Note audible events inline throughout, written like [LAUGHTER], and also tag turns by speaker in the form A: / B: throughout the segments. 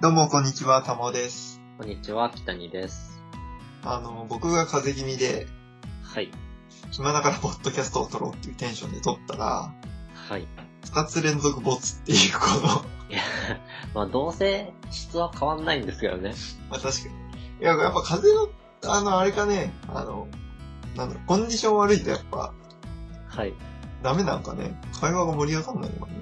A: どうも、こんにちは、たまおです。
B: こんにちは、北にです。
A: あの、僕が風邪気味で、
B: はい。
A: 暇だからポッドキャストを撮ろうっていうテンションで撮ったら、
B: はい。
A: 二つ連続ボツっていう、この、 [LAUGHS]
B: いや、まあ、どうせ質は変わんないんですけどね。
A: まあ確かに。いや、やっぱ風邪の、あの、あれかね、あの、なんだろう、コンディション悪いとやっぱ、
B: はい。
A: ダメなんかね、会話が盛り上がんないのかね。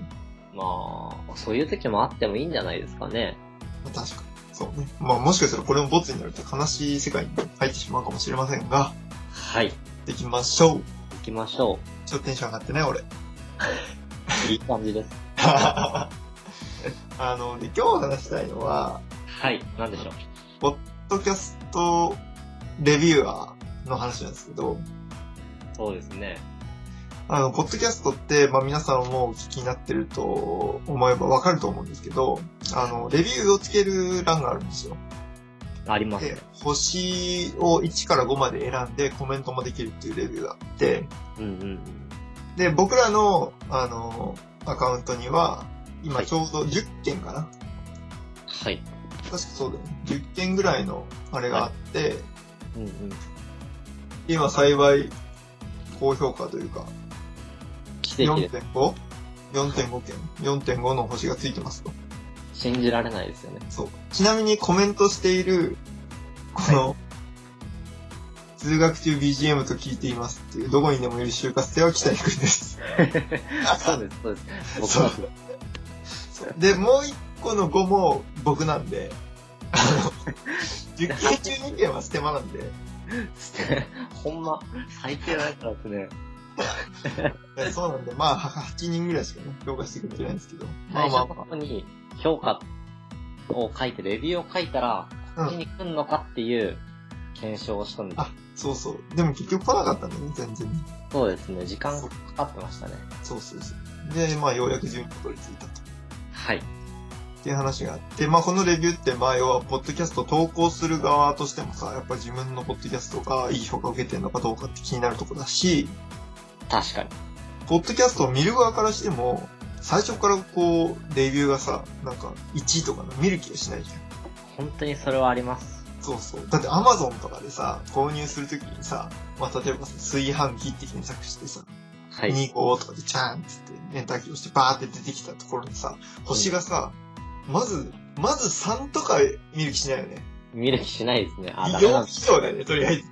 B: まあ、そういう時もあってもいいんじゃないですかね。
A: まあ確かに。そうね。まあもしかしたらこれもボツになると悲しい世界に入ってしまうかもしれませんが、
B: はい。
A: できましょう。
B: 行きましょ
A: ちょっとテンション上がってない、俺。 [LAUGHS]
B: う。いい感じです。
A: あの、で、今日話したいのは、
B: はい。なんでしょう。
A: ポッドキャストレビュアーの話なんですけど、
B: そうですね。
A: あの、ポッドキャストって、まあ皆さんもお聞きになってると思えばわかると思うんですけど、あの、レビューをつける欄があるんですよ。
B: あります
A: で
B: ね。、
A: 星を1から5まで選んでコメントもできるっていうレビューがあって、
B: うんうんうん。
A: で、僕らの、あの、アカウントには、今
B: はい
A: ちょうど10件かな、
B: はい。
A: 確かそうだよね。10件ぐらいのあれがあって、
B: うんうん。
A: 今幸い、高評価というか、
B: 奇跡です。
A: 4.5?4.5 件 ?4.5 の星がついてますと。
B: 信じられないですよね。
A: そう。ちなみにコメントしている、この、通学中 BGM と聞いていますっていう、どこにでもいる就活生は北井くんです。
B: そうです、そうです。僕
A: そう
B: は
A: そうで、もう一個の5も僕なんで、あの、10件中2件はステマなんで、
B: [LAUGHS] ほんま、最低だからですね。
A: えそうなんで、まあ、8人ぐらいしかね、評価してくれてないんですけど。まあ
B: 最
A: まあ
B: 初
A: ま
B: の
A: あ
B: ここに評価を書いて、レビューを書いたら、こっちに来んのかっていう検証をしたんです。
A: あそうそう。でも結局来なかったんだね、全然。
B: そうですね、時間かかってましたね。
A: そうそうそう。で、まあ、ようやく順位にたどり着いたと。
B: はい。
A: っていう話があって、まあ、このレビューって、まあ、要は、ポッドキャスト投稿する側としてもさ、やっぱ自分のポッドキャストがいい評価を受けてるのかどうかって気になるとこだし、
B: 確かに。
A: ポッドキャストを見る側からしても、最初からこう、レビューがさ、なんか、1位とかの見る気がしないじゃん。
B: 本当にそれはあります。
A: そうそう。だって Amazon とかでさ、購入するときにさ、まあ、例えばさ、炊飯器って検索してさ、
B: はい。
A: 2号とかでチャーンっつって、エンターキーを押してバーって出てきたところにさ、星がさ、まず、まず3とか見る気しないよね。
B: 見る気しないですね。あ、ダメなん
A: 4
B: で
A: 以
B: す。
A: 上だよね、とりあえず。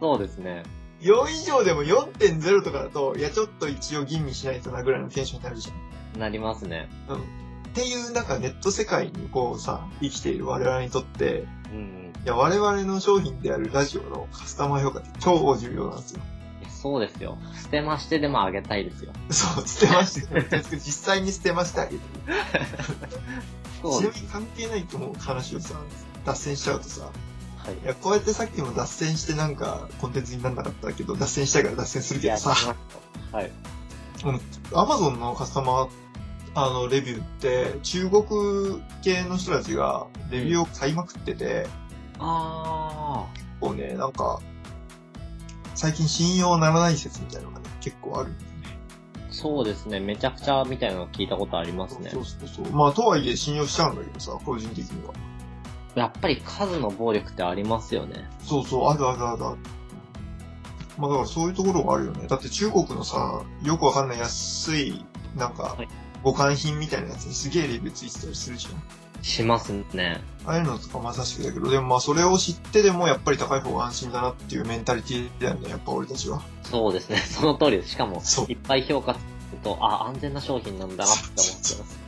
B: そうですね。
A: 4以上でも4.0とかだと、いや、ちょっと一応吟味しないとなぐらいのテンションになるじゃん。
B: なりますね。
A: っていう、なんかネット世界にこうさ、生きている我々にとって、
B: うん、
A: いや、我々の商品であるラジオのカスタマー評価って超重要なんですよ。
B: うん。いやそうですよ。捨てましてでもあげたいですよ。
A: そう、捨てました。
B: [LAUGHS]
A: 実際に捨てましたあげてる。
B: そ
A: ち
B: うで
A: な
B: す。
A: みに関係ないと思う話をさ、脱線しちゃうとさ、
B: はい。
A: いや、こうやってさっきも脱線してなんかコンテンツにならなかったけど、脱線したいから脱線する
B: い
A: け
B: や、
A: ど
B: しま
A: さ
B: し、たはい。
A: Amazon のカスタマー、あの、レビューって、中国系の人たちがレビューを買いまくってて、
B: あ
A: 結構ね、なんか、最近信用ならない説みたいなのがね、結構あるんですね。
B: ー。そうですね。めちゃくちゃみたいなの聞いたことありますね
A: そ。うそうそう。まあ、とはいえ信用しちゃうんだけどさ、個人的には。
B: やっぱり数の暴力ってありますよね。
A: そうそう、あるあるあるある。まあだからそういうところがあるよね。だって中国のさ、よくわかんない安い、なんか
B: はい、
A: 互換品みたいなやつにすげえレビューついてたりするじゃん。
B: しますね。
A: ああいうのとかまさしくだけど、でもまあそれを知ってでもやっぱり高い方が安心だなっていうメンタリティだよね、やっぱ俺たちは。
B: そうですね。 [LAUGHS] その通りです。しかも
A: そう、
B: いっぱい評価すると、あ、安全な商品なんだなって思ってます。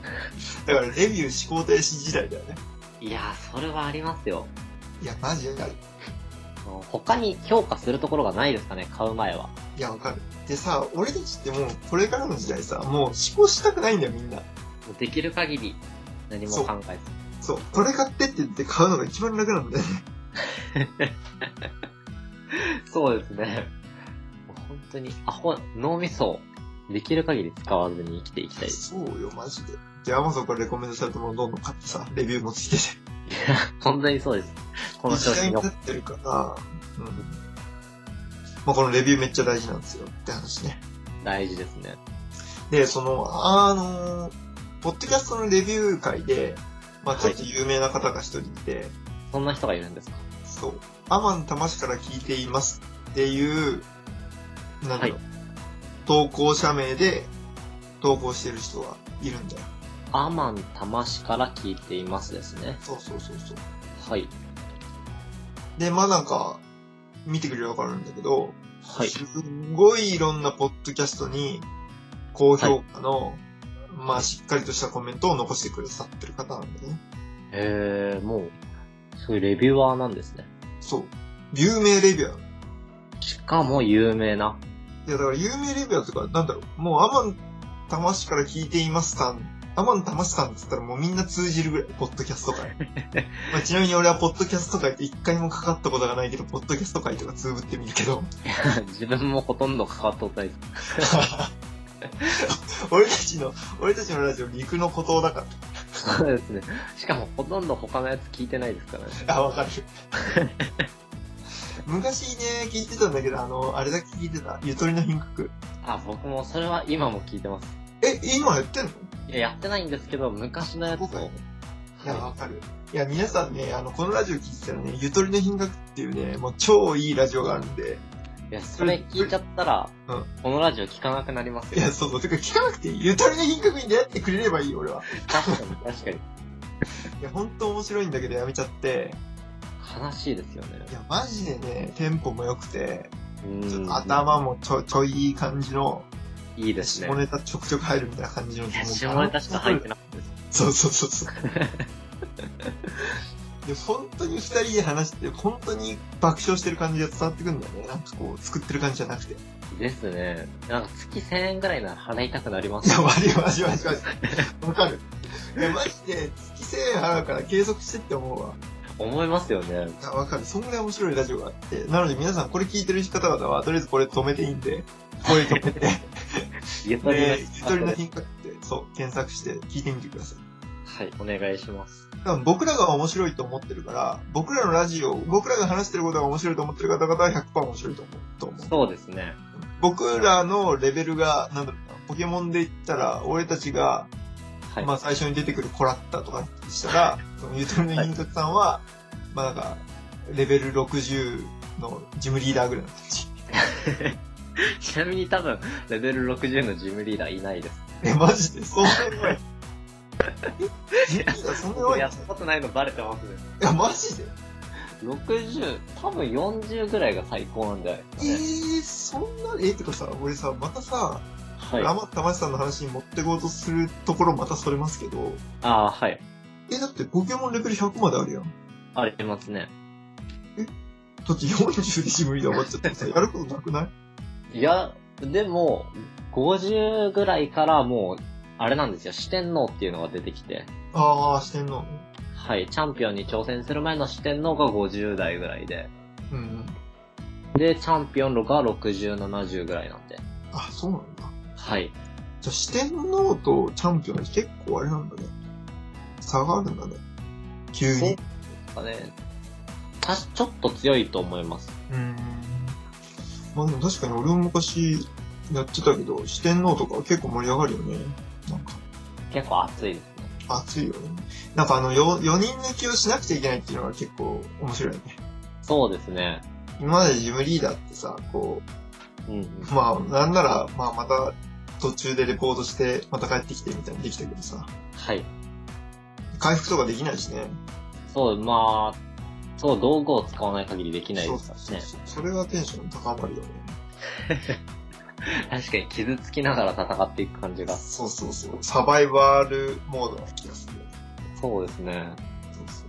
A: だからレビュー思考停止時代だよね。
B: いやー、それはありますよ。
A: いや、マジである。
B: もう他に評価するところがないですかね、買う前は。
A: いや、わかる。でさ、俺たちってもうこれからの時代さ、もう思考したくないんだよ、みんな。
B: もうできる限り、何も
A: そう
B: 考え
A: そう、これ買ってって言って買うのが一番楽なんだよね。
B: ず。そうですね。もう本当に、アホ、脳みそを、できる限り使わずに生きていきたいです。
A: そうよ、マジで。で、アマゾンからレコメンドされたものどんどん買ってさ、レビューもついてて。
B: 本当にそうです。この商
A: 一緒に
B: 品
A: な
B: を。
A: ってるから、うん。まあ、このレビューめっちゃ大事なんですよって話ね。
B: 大事ですね。
A: で、その、あの、ポッドキャストのレビュー会で、まあちょっと有名な方が一人いて、
B: そんな人がいるんですか
A: そう。アマン玉市から聞いていますっていう、なんだろう、
B: は
A: 投稿者名で投稿してる人はいるんだよ。
B: アマン玉市から聞いていますですね。
A: そうそうそうそう。
B: はい。
A: で、まあなんか、見てくれればわかるんだけど、
B: はい。
A: すんごいいろんなポッドキャストに高評価の、まあしっかりとしたコメントを残してくださってる方なんだね。
B: えー、もう、そういうレビュアーなんですね。
A: そう。有名レビュアー。
B: しかも有名な。 [LAUGHS]
A: いや、だから有名レビュアーとか、なんだろう、もうアマン玉市から聞いていますさん、アマン玉市さんって言ったらもうみんな通じるぐらい、ポッドキャスト
B: [LAUGHS]
A: 界。まあ、ちなみに俺はポッドキャスト界って一回もかかったことがないけど、ポッドキャスト界とかつぶってみるけど、
B: 自分もほとんど関わったことないです。
A: 俺たちの、俺たちのラジオ陸の孤島だか
B: そうですね。しかもほとんど他のやつ聞いてないですからね。
A: [LAUGHS] ら。あ、わかる。昔ね、聞いてたんだけど、あの、あれだけ聞いてた、ゆとりの品格。
B: あ、僕もそれは今も聞いてます。
A: え、今やってんの
B: いや、やってないんですけど、昔のやつを。
A: 僕はいいや、わかる。いや、皆さんね、あの、このラジオ聞いてたらね、ゆとりの品格っていうね、もう超いいラジオがあるんで、
B: いや、それ聞いちゃったら、
A: うん
B: このラジオ聞かなくなります
A: い
B: よ
A: や、。そうそう、てか聞かなくていい。ゆとりの品格に出会ってくれればいいよ、俺は。
B: 確かに、確かに。
A: いや、ほんと面白いんだけどやめちゃって、
B: 悲しいですよね。
A: いや、マジでね、テンポも良くて、
B: うーん
A: ちょっと頭もちょちょいいい感じの、
B: いいですね
A: 下。ネタちょくちょく入るみたいな感じの。
B: いや、下ネタしか入っ
A: ない。
B: てなかったです。
A: そうそうそうそう。いや、本当に二人で話して、本当に爆笑してる感じが伝わってくるんだよね。なんかこう、作ってる感じじゃなくて。
B: ですね。なんか月1000円ぐらいなら払いたくなりま
A: い
B: す
A: や、
B: よ。
A: マジマジマジマジ。わかる。いや、マジで、月1000円払うから継続してって思うわ。
B: 思いますよね。
A: あわかる。そんぐらい面白いラジオがあって。なので皆さんこれ聞いてる方々は、とりあえずこれ止めていいんで、これ止めて、
B: [LAUGHS] ゆとりの
A: で、ゆ
B: 人
A: とりの
B: は
A: 品格って、そう、検索して聞いてみてください。
B: い、お願いします。
A: 多分僕らが面白いと思ってるから、僕らのラジオ、僕らが話してることが面白いと思ってる方々は100%面白いと思う。と思う
B: そうですね。
A: 僕らのレベルが、なんだろうな、ポケモンで言ったら、俺たちが、
B: はい。
A: まあ最初に出てくるコラッタとかにしたら、そのゆとりの品格さんは、まあなんか、レベル60のジムリーダーぐらいの感じ。
B: ちなみに多分、レベル60のジムリーダーいないです。
A: え、マジでそんな弱いえいや、そんな弱
B: 僕
A: い
B: やったことないのバレてますね。
A: いや、マジで
B: 60、多分40ぐらいが最高なんじゃない
A: え
B: です
A: ー、そんな、え、てかさ、俺さ、またさ、
B: かね。
A: ラ
B: はい。
A: マッタマシさんの話に持ってこうとするところまたそれますけど、
B: ああー、はい。
A: え、だってポケモンレベル100まであるやん。
B: ありますね。
A: だって40でジムリーダー終わっちゃってさ、やることなくない
B: いや、でも、50ぐらいからもう、あれなんですよ、四天王っていうのが出てきて、
A: あー、してんの。
B: はい、チャンピオンに挑戦する前の四天王が50代ぐらいで、
A: うんうん。
B: で、チャンピオンが60、70ぐらいなんで、
A: あ、そうなんだ。
B: はい。
A: じゃあ、四天王とチャンピオンって結構あれなんだね。差があるんだね。急
B: そう
A: に
B: で。すかね。たし、ちょっと強いと思います。
A: うーん。まあでも確かに俺も昔やってたけど、四天王とかは結構盛り上がるよね。なんか、
B: 結構熱いですね。
A: 熱いよね。なんかあの、4, 四人抜きをしなくちゃいけないっていうのが結構面白いね。
B: そうですね。
A: 今までジムリーダーってさ、こ
B: うんうん。
A: う、まあなんなら、まあまた途中でレポートして、また帰ってきてみたいにできたけどさ、
B: はい。
A: 回復とかできないしね。
B: そう、まあ、そう、道具を使わない限りできない
A: そ
B: で
A: う
B: す
A: そ
B: か
A: う
B: ら
A: そう
B: ね。。
A: それはテンション高まるよね。
B: 確かに傷つきながら戦っていく感じが。
A: そうそうそう。サバイバルモードな気がする。
B: そうですね。
A: そうそ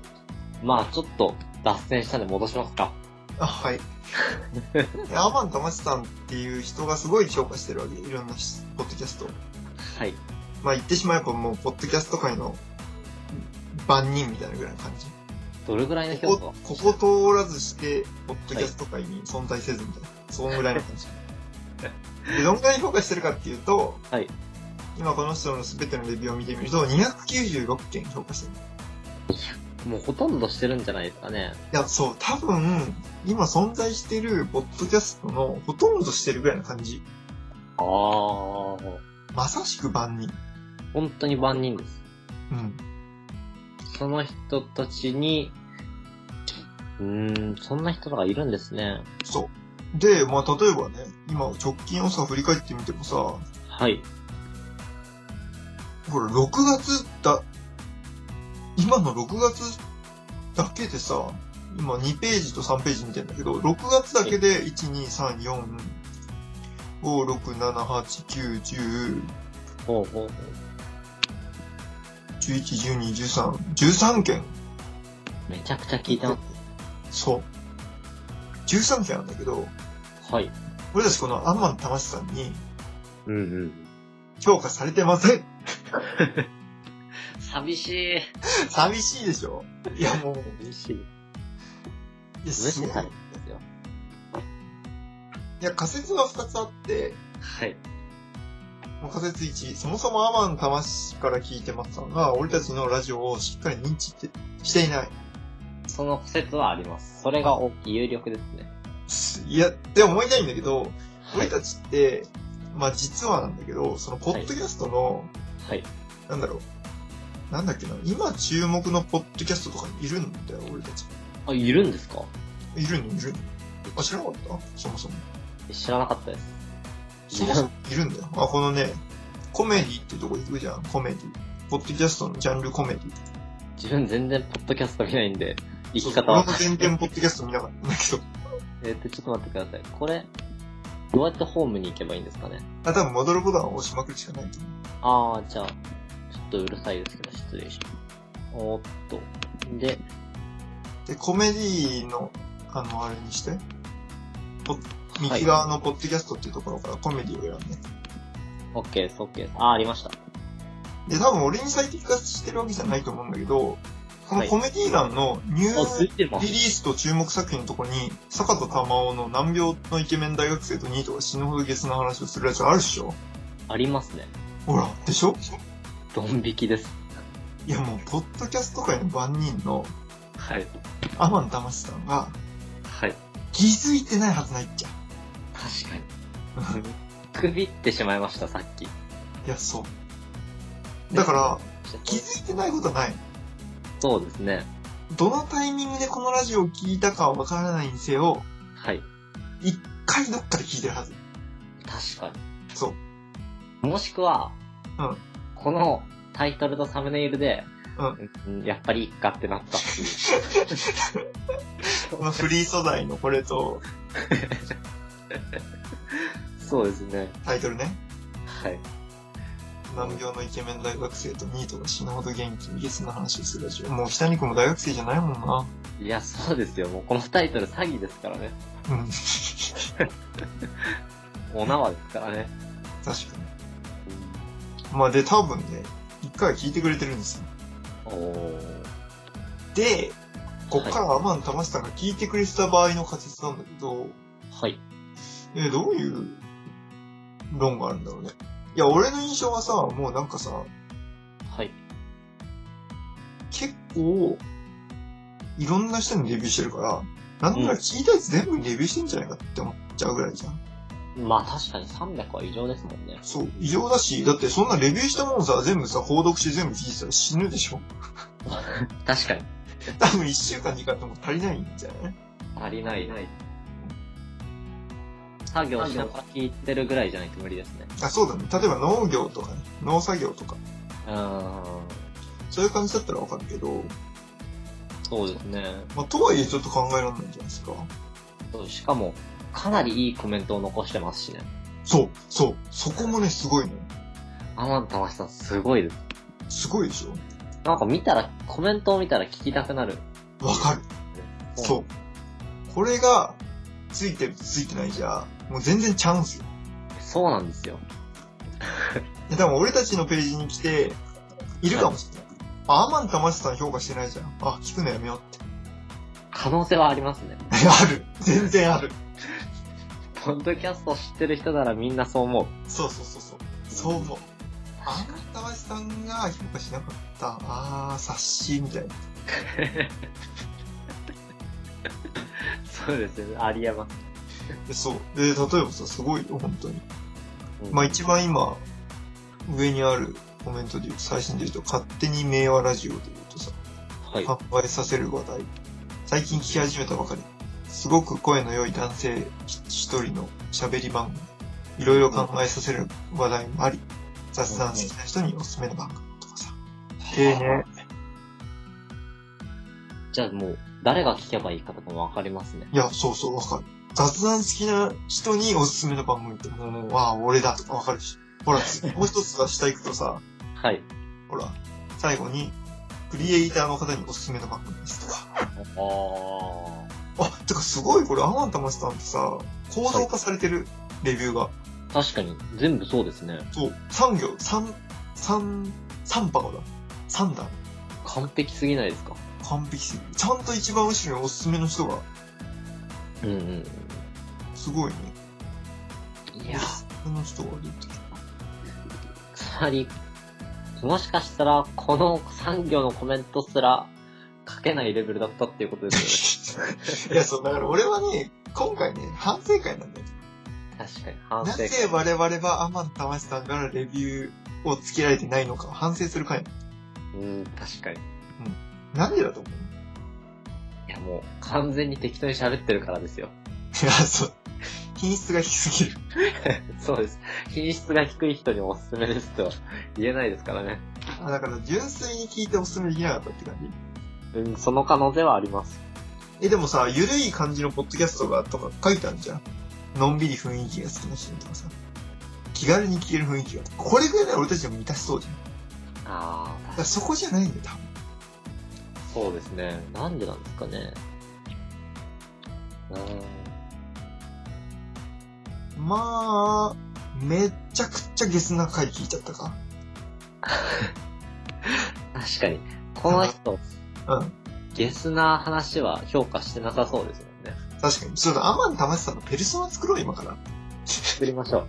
A: う。
B: まあちょっと脱線したんで戻しますか。
A: あ、
B: [LAUGHS]
A: はい。アマン玉地さんっていう人がすごい評価してるわけ。いろんなしポッドキャストを。
B: はい。
A: まあ言ってしまえばもう、ポッドキャスト界の万人みたいなぐらいの感じ。
B: どれぐらいの評
A: こ
B: 価
A: こ、ここ通らずして、ポッドキャスト界に存在せずみたいな。そんぐらいの感じ。 [LAUGHS] でどんぐらい評価してるかっていうと、
B: はい
A: 今この人の全てのレビューを見てみると、296件評価してる。
B: もうほとんどしてるんじゃないですかね。
A: いや、そう、多分、今存在してるポッドキャストのほとんどしてるぐらいの感じ。
B: ああ、
A: まさしく万人。
B: 本当に万人です。
A: うん。
B: その人たちに、うーん、そんな人がいるんですね。
A: そう。で、まあ、例えばね、今、直近をさ、振り返ってみてもさ、ほ
B: はい。
A: ら、6月だ、今の6月だけでさ、今2ページと3ページ見てんだけど、6月だけで、1、2、3、4、5、6、7、8、9、10、
B: ほうほうほう。
A: 11、12、13、13件。
B: めちゃくちゃ聞いてま
A: そう。13件あるんだけど、
B: す。はい。
A: 俺たちこのアンマン魂さんに
B: うんうん。
A: 評価されてません。 [LAUGHS]
B: 寂しい。
A: 寂しいでしょいやもう、
B: 寂しい。
A: いや、
B: 無
A: すご
B: 視
A: い。
B: されてるんですよ。
A: いや、仮説が2つあって、
B: はい。
A: もう仮説1、そもそもアマン魂から聞いてますさんが、俺たちのラジオをしっかり認知ってしていない。
B: その説はあります。それが大きい有力ですね。
A: いや、って思いたいんだけど、
B: は
A: 俺
B: い。
A: たちって、まあ実はなんだけど、そのポッドキャストの、
B: はい。
A: なんだろう、なんだっけな、今注目のポッドキャストとかにいるんだよ、俺たち。
B: あ、いるんですか
A: いるのいるのあ、知らなかったそもそも。
B: 知らなかったです。
A: そもそもいるんだよ。あ、このね、コメディってとこ行くじゃん、コメディ。ポッドキャストのジャンルコメディ。
B: 自分全然ポッドキャスト見ないんで、生き
A: そう
B: 方
A: 俺
B: は
A: も。全然ポッドキャスト見なかったんだけど。
B: えーっと、ちょっと待ってください。これ、どうやってホームに行けばいいんですかね
A: あ、多分戻るボタンを押しまくるしかないと思う。
B: あー、じゃあ、ちょっとうるさいですけど、失礼します。おーっと。で、
A: で、コメディの、あの、あれにして、
B: はい
A: 右。側のポッドキャストっていうところからコメディを選んで。
B: オッケーです、オッケーです。あー、ありました。
A: で、多分俺に最適化してるわけじゃないと思うんだけど、このコメディ欄のニュ
B: あ、つ
A: ー
B: いてま
A: リリー
B: す。
A: スと注目作品のとこに、坂田玉緒の難病のイケメン大学生とニートが死ぬほどゲスな話をするやつあるっしょ
B: ありますね。
A: ほら、でしょ
B: ドン引きです。
A: いやもう、ポッドキャスト界の番人の
B: はい。
A: アマン魂さんが
B: はい。
A: 気づいてないはずないっちゃ。
B: 確かに。 [LAUGHS] くびってしまいました、さっき。
A: いや、そう。だから、気づいてないことはない。
B: そうですね。
A: どのタイミングでこのラジオを聞いたかはわからないにせよ、
B: はい。
A: 一回どっかで聞いてるはず。
B: 確か
A: そう。
B: に。もしくは、
A: うん
B: このタイトルとサムネイルで、うんやっぱりいっかってなったっていう。
A: このフリー素材のこれと
B: そうですね。
A: タイトルね。
B: はい。
A: 難病のイケメン大学生とニートが死ぬほど元気にゲスな話をするラジオ。もう北に君も大学生じゃないもんな。
B: いや、そうですよ。もうこのタイトル詐欺ですからね。
A: うん。 [LAUGHS]
B: お縄ですからね。
A: 確かに。まあで、多分ね、一回は聞いてくれてるんですよ。
B: おー。
A: で、こっからはアマン玉下が聞いてくれてた場合の仮説なんだけど、
B: はい。
A: え、どういう論があるんだろうね。いや、俺の印象はさ、もうなんかさ、
B: はい。
A: 結構、いろんな人にレビューしてるから、なんなら聞いたやつ全部にレビューしてんじゃないかって思っちゃうぐらいじゃん。
B: まあ確かに300は異常ですもんね。
A: そう、異常だし、だってそんなレビューしたもんさ、全部さ、報読して全部聞いてたら死ぬでしょ [LAUGHS]
B: 確かに。
A: 多分一週間にかっても足りないんじゃない
B: 足りない。作業しながら聞いてるぐらいじゃないと無理ですね。
A: あ、そうだね。例えば農業とかね、農作業とか、
B: うーん。
A: そういう感じだったらわかるけど、
B: そうですね。
A: まあ、とはいえちょっと考えられないじゃないですか。
B: そうしかも、かなりいいコメントを残してますしね。
A: そう、そう、そこもね、すごいね。
B: アマンタマシさんすごいです。
A: すごいでしょ
B: なんか見たら、コメントを見たら聞きたくなる。。
A: わかる。そうう。これが、ついてる、ついてないじゃ、もう全然チャンスよ。
B: そうなんですよ。
A: いや、でも俺たちのページに来て、いるかもしれない。あ、アマン魂さん評価してないじゃん。あ、聞くのやめようって。
B: 可能性はありますね。
A: [LAUGHS] ある。全然ある。
B: ポッドキャスト知ってる人ならみんなそう [LAUGHS] 思う。
A: そうそうそうそう。そう思う。あんたわしさんが評価しなかった。あー、察しみたいな。
B: そうですよね。ありえます。
A: でそう。で、例えばさ、すごいよ、本当に。
B: うん
A: まあ一番今、上にあるコメントで言うと、最新で言うと、勝手に名和ラジオで言うとさ、
B: はい
A: 販売させる話題。最近聞き始めたばかり。すごく声の良い男性一人の喋り番組。いろいろ考えさせる話題もあり、雑談好きな人におすすめの番組とかさ。へえね。
B: じゃあもう、誰が聞けばいいかとかもわかりますね。
A: いや、そうそう、わかる。雑談好きな人におすすめの番組って、もう、わあ、俺だとかわかるし。ほら、もう一つは下行くとさ、
B: はい。
A: ほら、最後に、クリエイターの方におすすめの番組ですとか。
B: ああ。
A: あ、てかすごいこれ、アマンタマシさんってさ、構造化されてる、レビューが。
B: 確かに、全部そうですね。
A: そう、3行、3、3、3箱だ。3段。
B: 完璧すぎないですか
A: 完璧すぎる。ちゃんと一番後ろにおすすめの人が、
B: うんうん
A: すごいね。
B: うん。いや、
A: この人が出てき
B: つまり、もしかしたら、この産業のコメントすら書けないレベルだったっていうことです
A: た。いや、そう、だから俺はね、今回ね、反省会なんだよ。
B: [LAUGHS] よね。確かに、反
A: な
B: 省
A: ぜ我々はアマンタマシさんからレビューをつけられてないのかを反省する会な
B: うん、確かに。
A: のなんでだと思う
B: いや、もう、完全に適当に喋ってるからですよ。
A: いや、そう。品質が低すぎる。
B: そうです。品質が低い人におすすめですとは言えないですからね。
A: あだから、純粋に聞いておすすめできなかったって感じ。
B: うん、その可能性はあります。
A: え、でもさ、ゆるい感じのポッドキャストがとか書いてあるじゃん。のんびり雰囲気が好きな人とかさ。気軽に聞ける雰囲気が。これぐらいなら俺たちでも満たしそうじゃん。だ
B: ああ、
A: からそこじゃないんだよ、多分。
B: そうですね。なんでなんですかね。うーん。
A: まあ、めちゃくちゃゲスな回聞いちゃったか。
B: 確かに。この人、
A: うん。
B: ゲスな話は評価してなさそうですもんね。
A: 確かに。ちょっとアマン玉さんのペルソナ作ろう、今から。
B: 作りましょ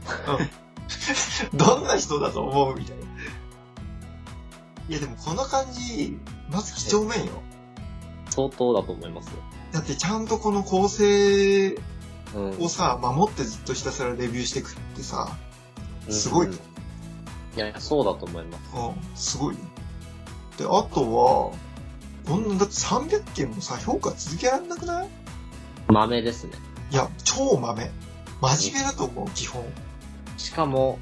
B: う。
A: どんな人だと思うみたいな。いや、でもこの感じ、まず貴重面よ。
B: 相当だと思いますよ。
A: だってちゃんとこの構成
B: うん。
A: をさ、守ってずっとひたすらレビューしてくってさ、
B: うん
A: すごい
B: うんいやいや、そうだと思います。
A: うん、すごいね。で、あとは、こんな、だって300件もさ、評価続けられなくない
B: 豆ですね。
A: いや、超豆。真面目だと思う、基本。
B: しかも、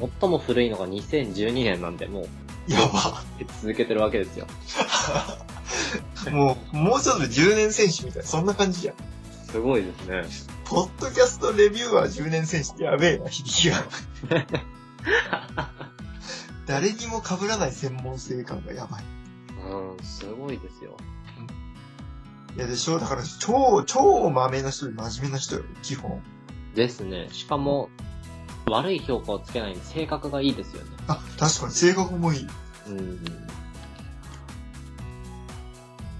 A: うん。
B: 最も古いのが2012年なんで、もう、
A: やば。
B: 続けてるわけですよ。
A: もう、もうちょっと10年選手みたいな、そんな感じじゃん。
B: すごいですね。
A: ポッドキャストレビューは10年選手ってやべえな、響き [LAUGHS] が。誰にも被らない専門性感がやばい。
B: うん、すごいですよ。
A: いやでしょだから、超、超豆な人で真面目な人よ、基本。
B: ですね。しかも、悪い評価をつけないで性格がいいですよね。
A: あ、確かに性格もいい。
B: うん。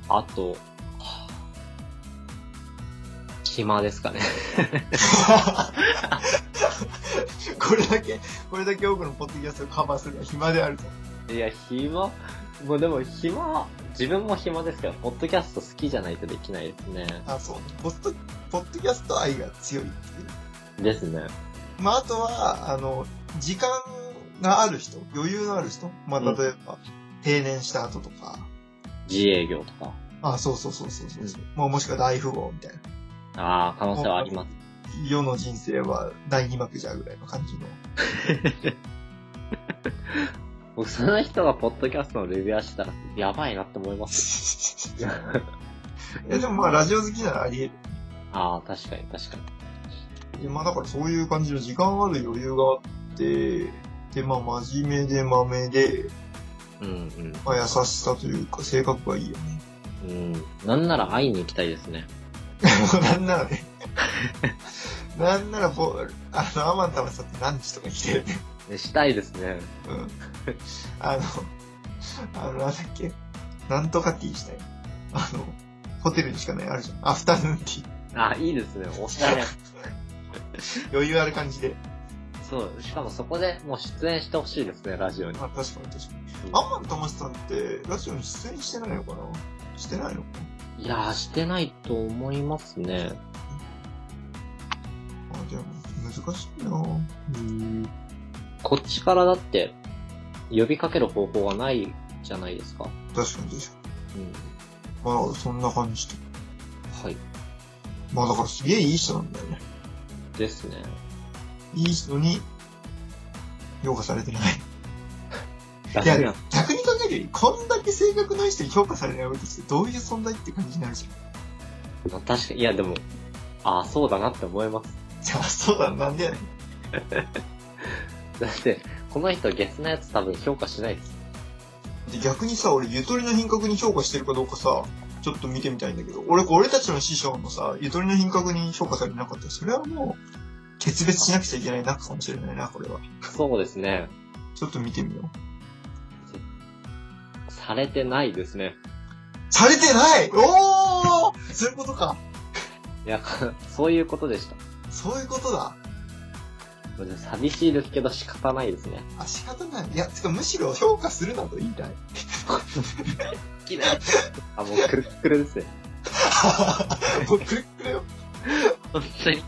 B: あと、はあ暇ですかね。
A: [LAUGHS] これだけ、これだけ多くのポッドキャストをカバーするのは暇であると。
B: いや、暇もうでも暇、自分も暇ですけど、ポッドキャスト好きじゃないとできないですね。
A: あ、そう。ポッド、ポッドキャスト愛が強いっていう。
B: ですね。
A: まあ、あとは、あの、時間がある人、余裕のある人。まあ、
B: うん
A: 例えば、定年した後とか。
B: 自営業とか。
A: あ、そうそうそうそうそうそう。まあ、もしくは大富豪みたいな。
B: ああ、可能性はあります。
A: 世の人生は第二幕じゃぐらいの感じの。
B: 僕、その人がポッドキャストのレビュアーしてたら、やばいなって思います。
A: い [LAUGHS] や、でもまあ、ラジオ好きならあり得る。
B: ああ、確かに確かに。
A: でまあだからそういう感じの時間ある余裕があって、でまあ真面目で豆で、
B: うん
A: まあ優しさというか性格がいいよね。 [LAUGHS]
B: うん。うん。なんなら会いに行きたいですね。
A: なんならね。 [LAUGHS] なんならぼ、あの、アマンタマさんって何時とか来てるね。
B: ねしたいですね。
A: うん。あの、あの、なんだっけ。なんとかティーしたい。あの、ホテルにしかない、あるじゃん。アフタヌーンティー。
B: あ、いいですね。おしゃれ。
A: 余裕ある感じで。
B: そう。しかもそこでもう出演してほしいですね、ラジオに。
A: あ、確かに確かに。アマンタマさんって、ラジオに出演してないのかなしてないのかない
B: やー、してないと思いますね。
A: あ、でも、難しいなうん。
B: こっちからだって、呼びかける方法はないじゃないですか。
A: 確かに確か
B: うん。
A: まあ、そんな感じで。
B: はい。
A: まあ、だからすげえいい人なんだよね。
B: ですね。
A: いい人に、評価されてない。
B: ダ
A: いや
B: メな。
A: 逆に考えて、こんだけ性格のいい人に評価されない俺たちってどういう存在って感じになるじゃん。
B: まあ確かに、いやでも、ああ、そうだなって思います。 [LAUGHS]
A: じゃあ、そうだ、なんでやねん。
B: だって、この人ゲスなやつ多分評価しないです。
A: で逆にさ、俺、ゆとりの品格に評価してるかどうかさ、ちょっと見てみたいんだけど、俺、俺たちの師匠のさ、ゆとりの品格に評価されなかったら、それはもう、決別しなくちゃいけないな、かもしれないな、これは。
B: そうですね。
A: ちょっと見てみよう。
B: されてないですね。
A: されてないおーそういうことか。
B: いや、 [LAUGHS] かそういうことでした。
A: そういうことだ。
B: 寂しいですけど仕方ないですね。
A: あ、仕方ない。いや、つかむしろ評価するなと言い
B: [LAUGHS]
A: たい。
B: 好きな [LAUGHS] あ、もうくるっくるですね。
A: もうくれくれよ。
B: 本当に。
A: い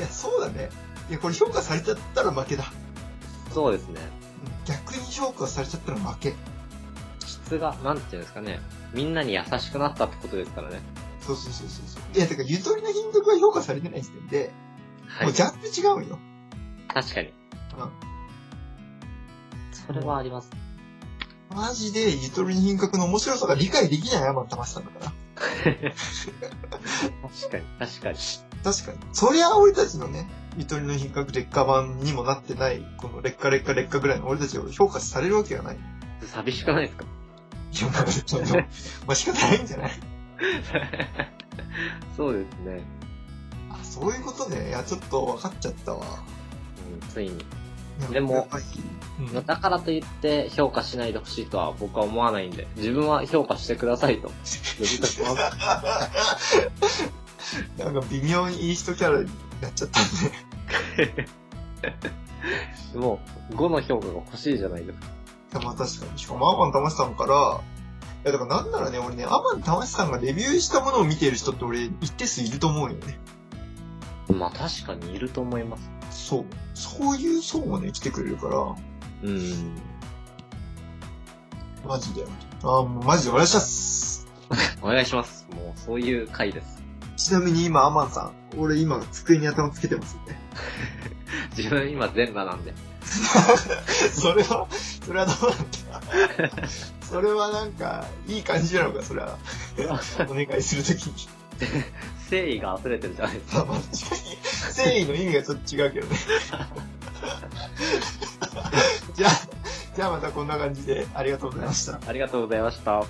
A: や、そうだね。いや、これ評価されちゃったら負けだ。
B: そうですね。
A: うん逆に評価されちゃったら負け。
B: 質が、なんていうんですかね。みんなに優しくなったってことですからね。
A: そうそうそうそうそう。いや、だからゆとりの品格は評価されてない時点で、
B: は
A: も。
B: いう
A: ジャンル違うよ。
B: 確かに。
A: う
B: それはあり [LAUGHS] ます。
A: ん。マジでゆとりの品格の面白さが理解できない山田まさんだから。
B: 確かに、確かに。
A: 確かに。そりゃ俺たちのね、ゆとりの品格劣化版にもなってない、この劣化劣化劣化ぐらいの俺たちを評価されるわけがない。
B: 寂しくないですか [LAUGHS]
A: いや、まあ、ちょっと、まあ仕方ないんじゃない
B: そうですね、
A: あ、そういうことね。いや、ちょっと分かっちゃったわ。
B: うん。ついに。
A: いや
B: でも
A: やっぱりうん
B: だからといって評価しないでほしいとは僕は思わないんで、自分は評価してくださいと呼びかけます。
A: なんか微妙にいい人キャラになっちゃったんで。
B: もう、5の評価が欲しいじゃないですか。
A: いや、まあ確かに。しかもアマン玉さんから、いやだからなんならね、俺ね、アマン玉さんがレビューしたものを見てる人って俺一定数いると思うよね。
B: まあ確かにいると思います。
A: そう。そういう層もね、来てくれるから、
B: うん。
A: マジで。ああ、もうマジでお願いします。
B: お願いします。もうそういう回です。
A: ちなみに今アマンさん、俺今机に頭つけてますよね。
B: 自分今全裸なんで。
A: [LAUGHS] それは、それはどうなんだそれはなんか、いい感じなのか、それは。お願いするときに。
B: 誠意が溢れてるじゃないですか。
A: まあまあ確かに、誠意の意味がちょっと違うけどね。 [LAUGHS] じゃあ、じゃあまたこんな感じでありがとうございました。
B: ありがとうございました。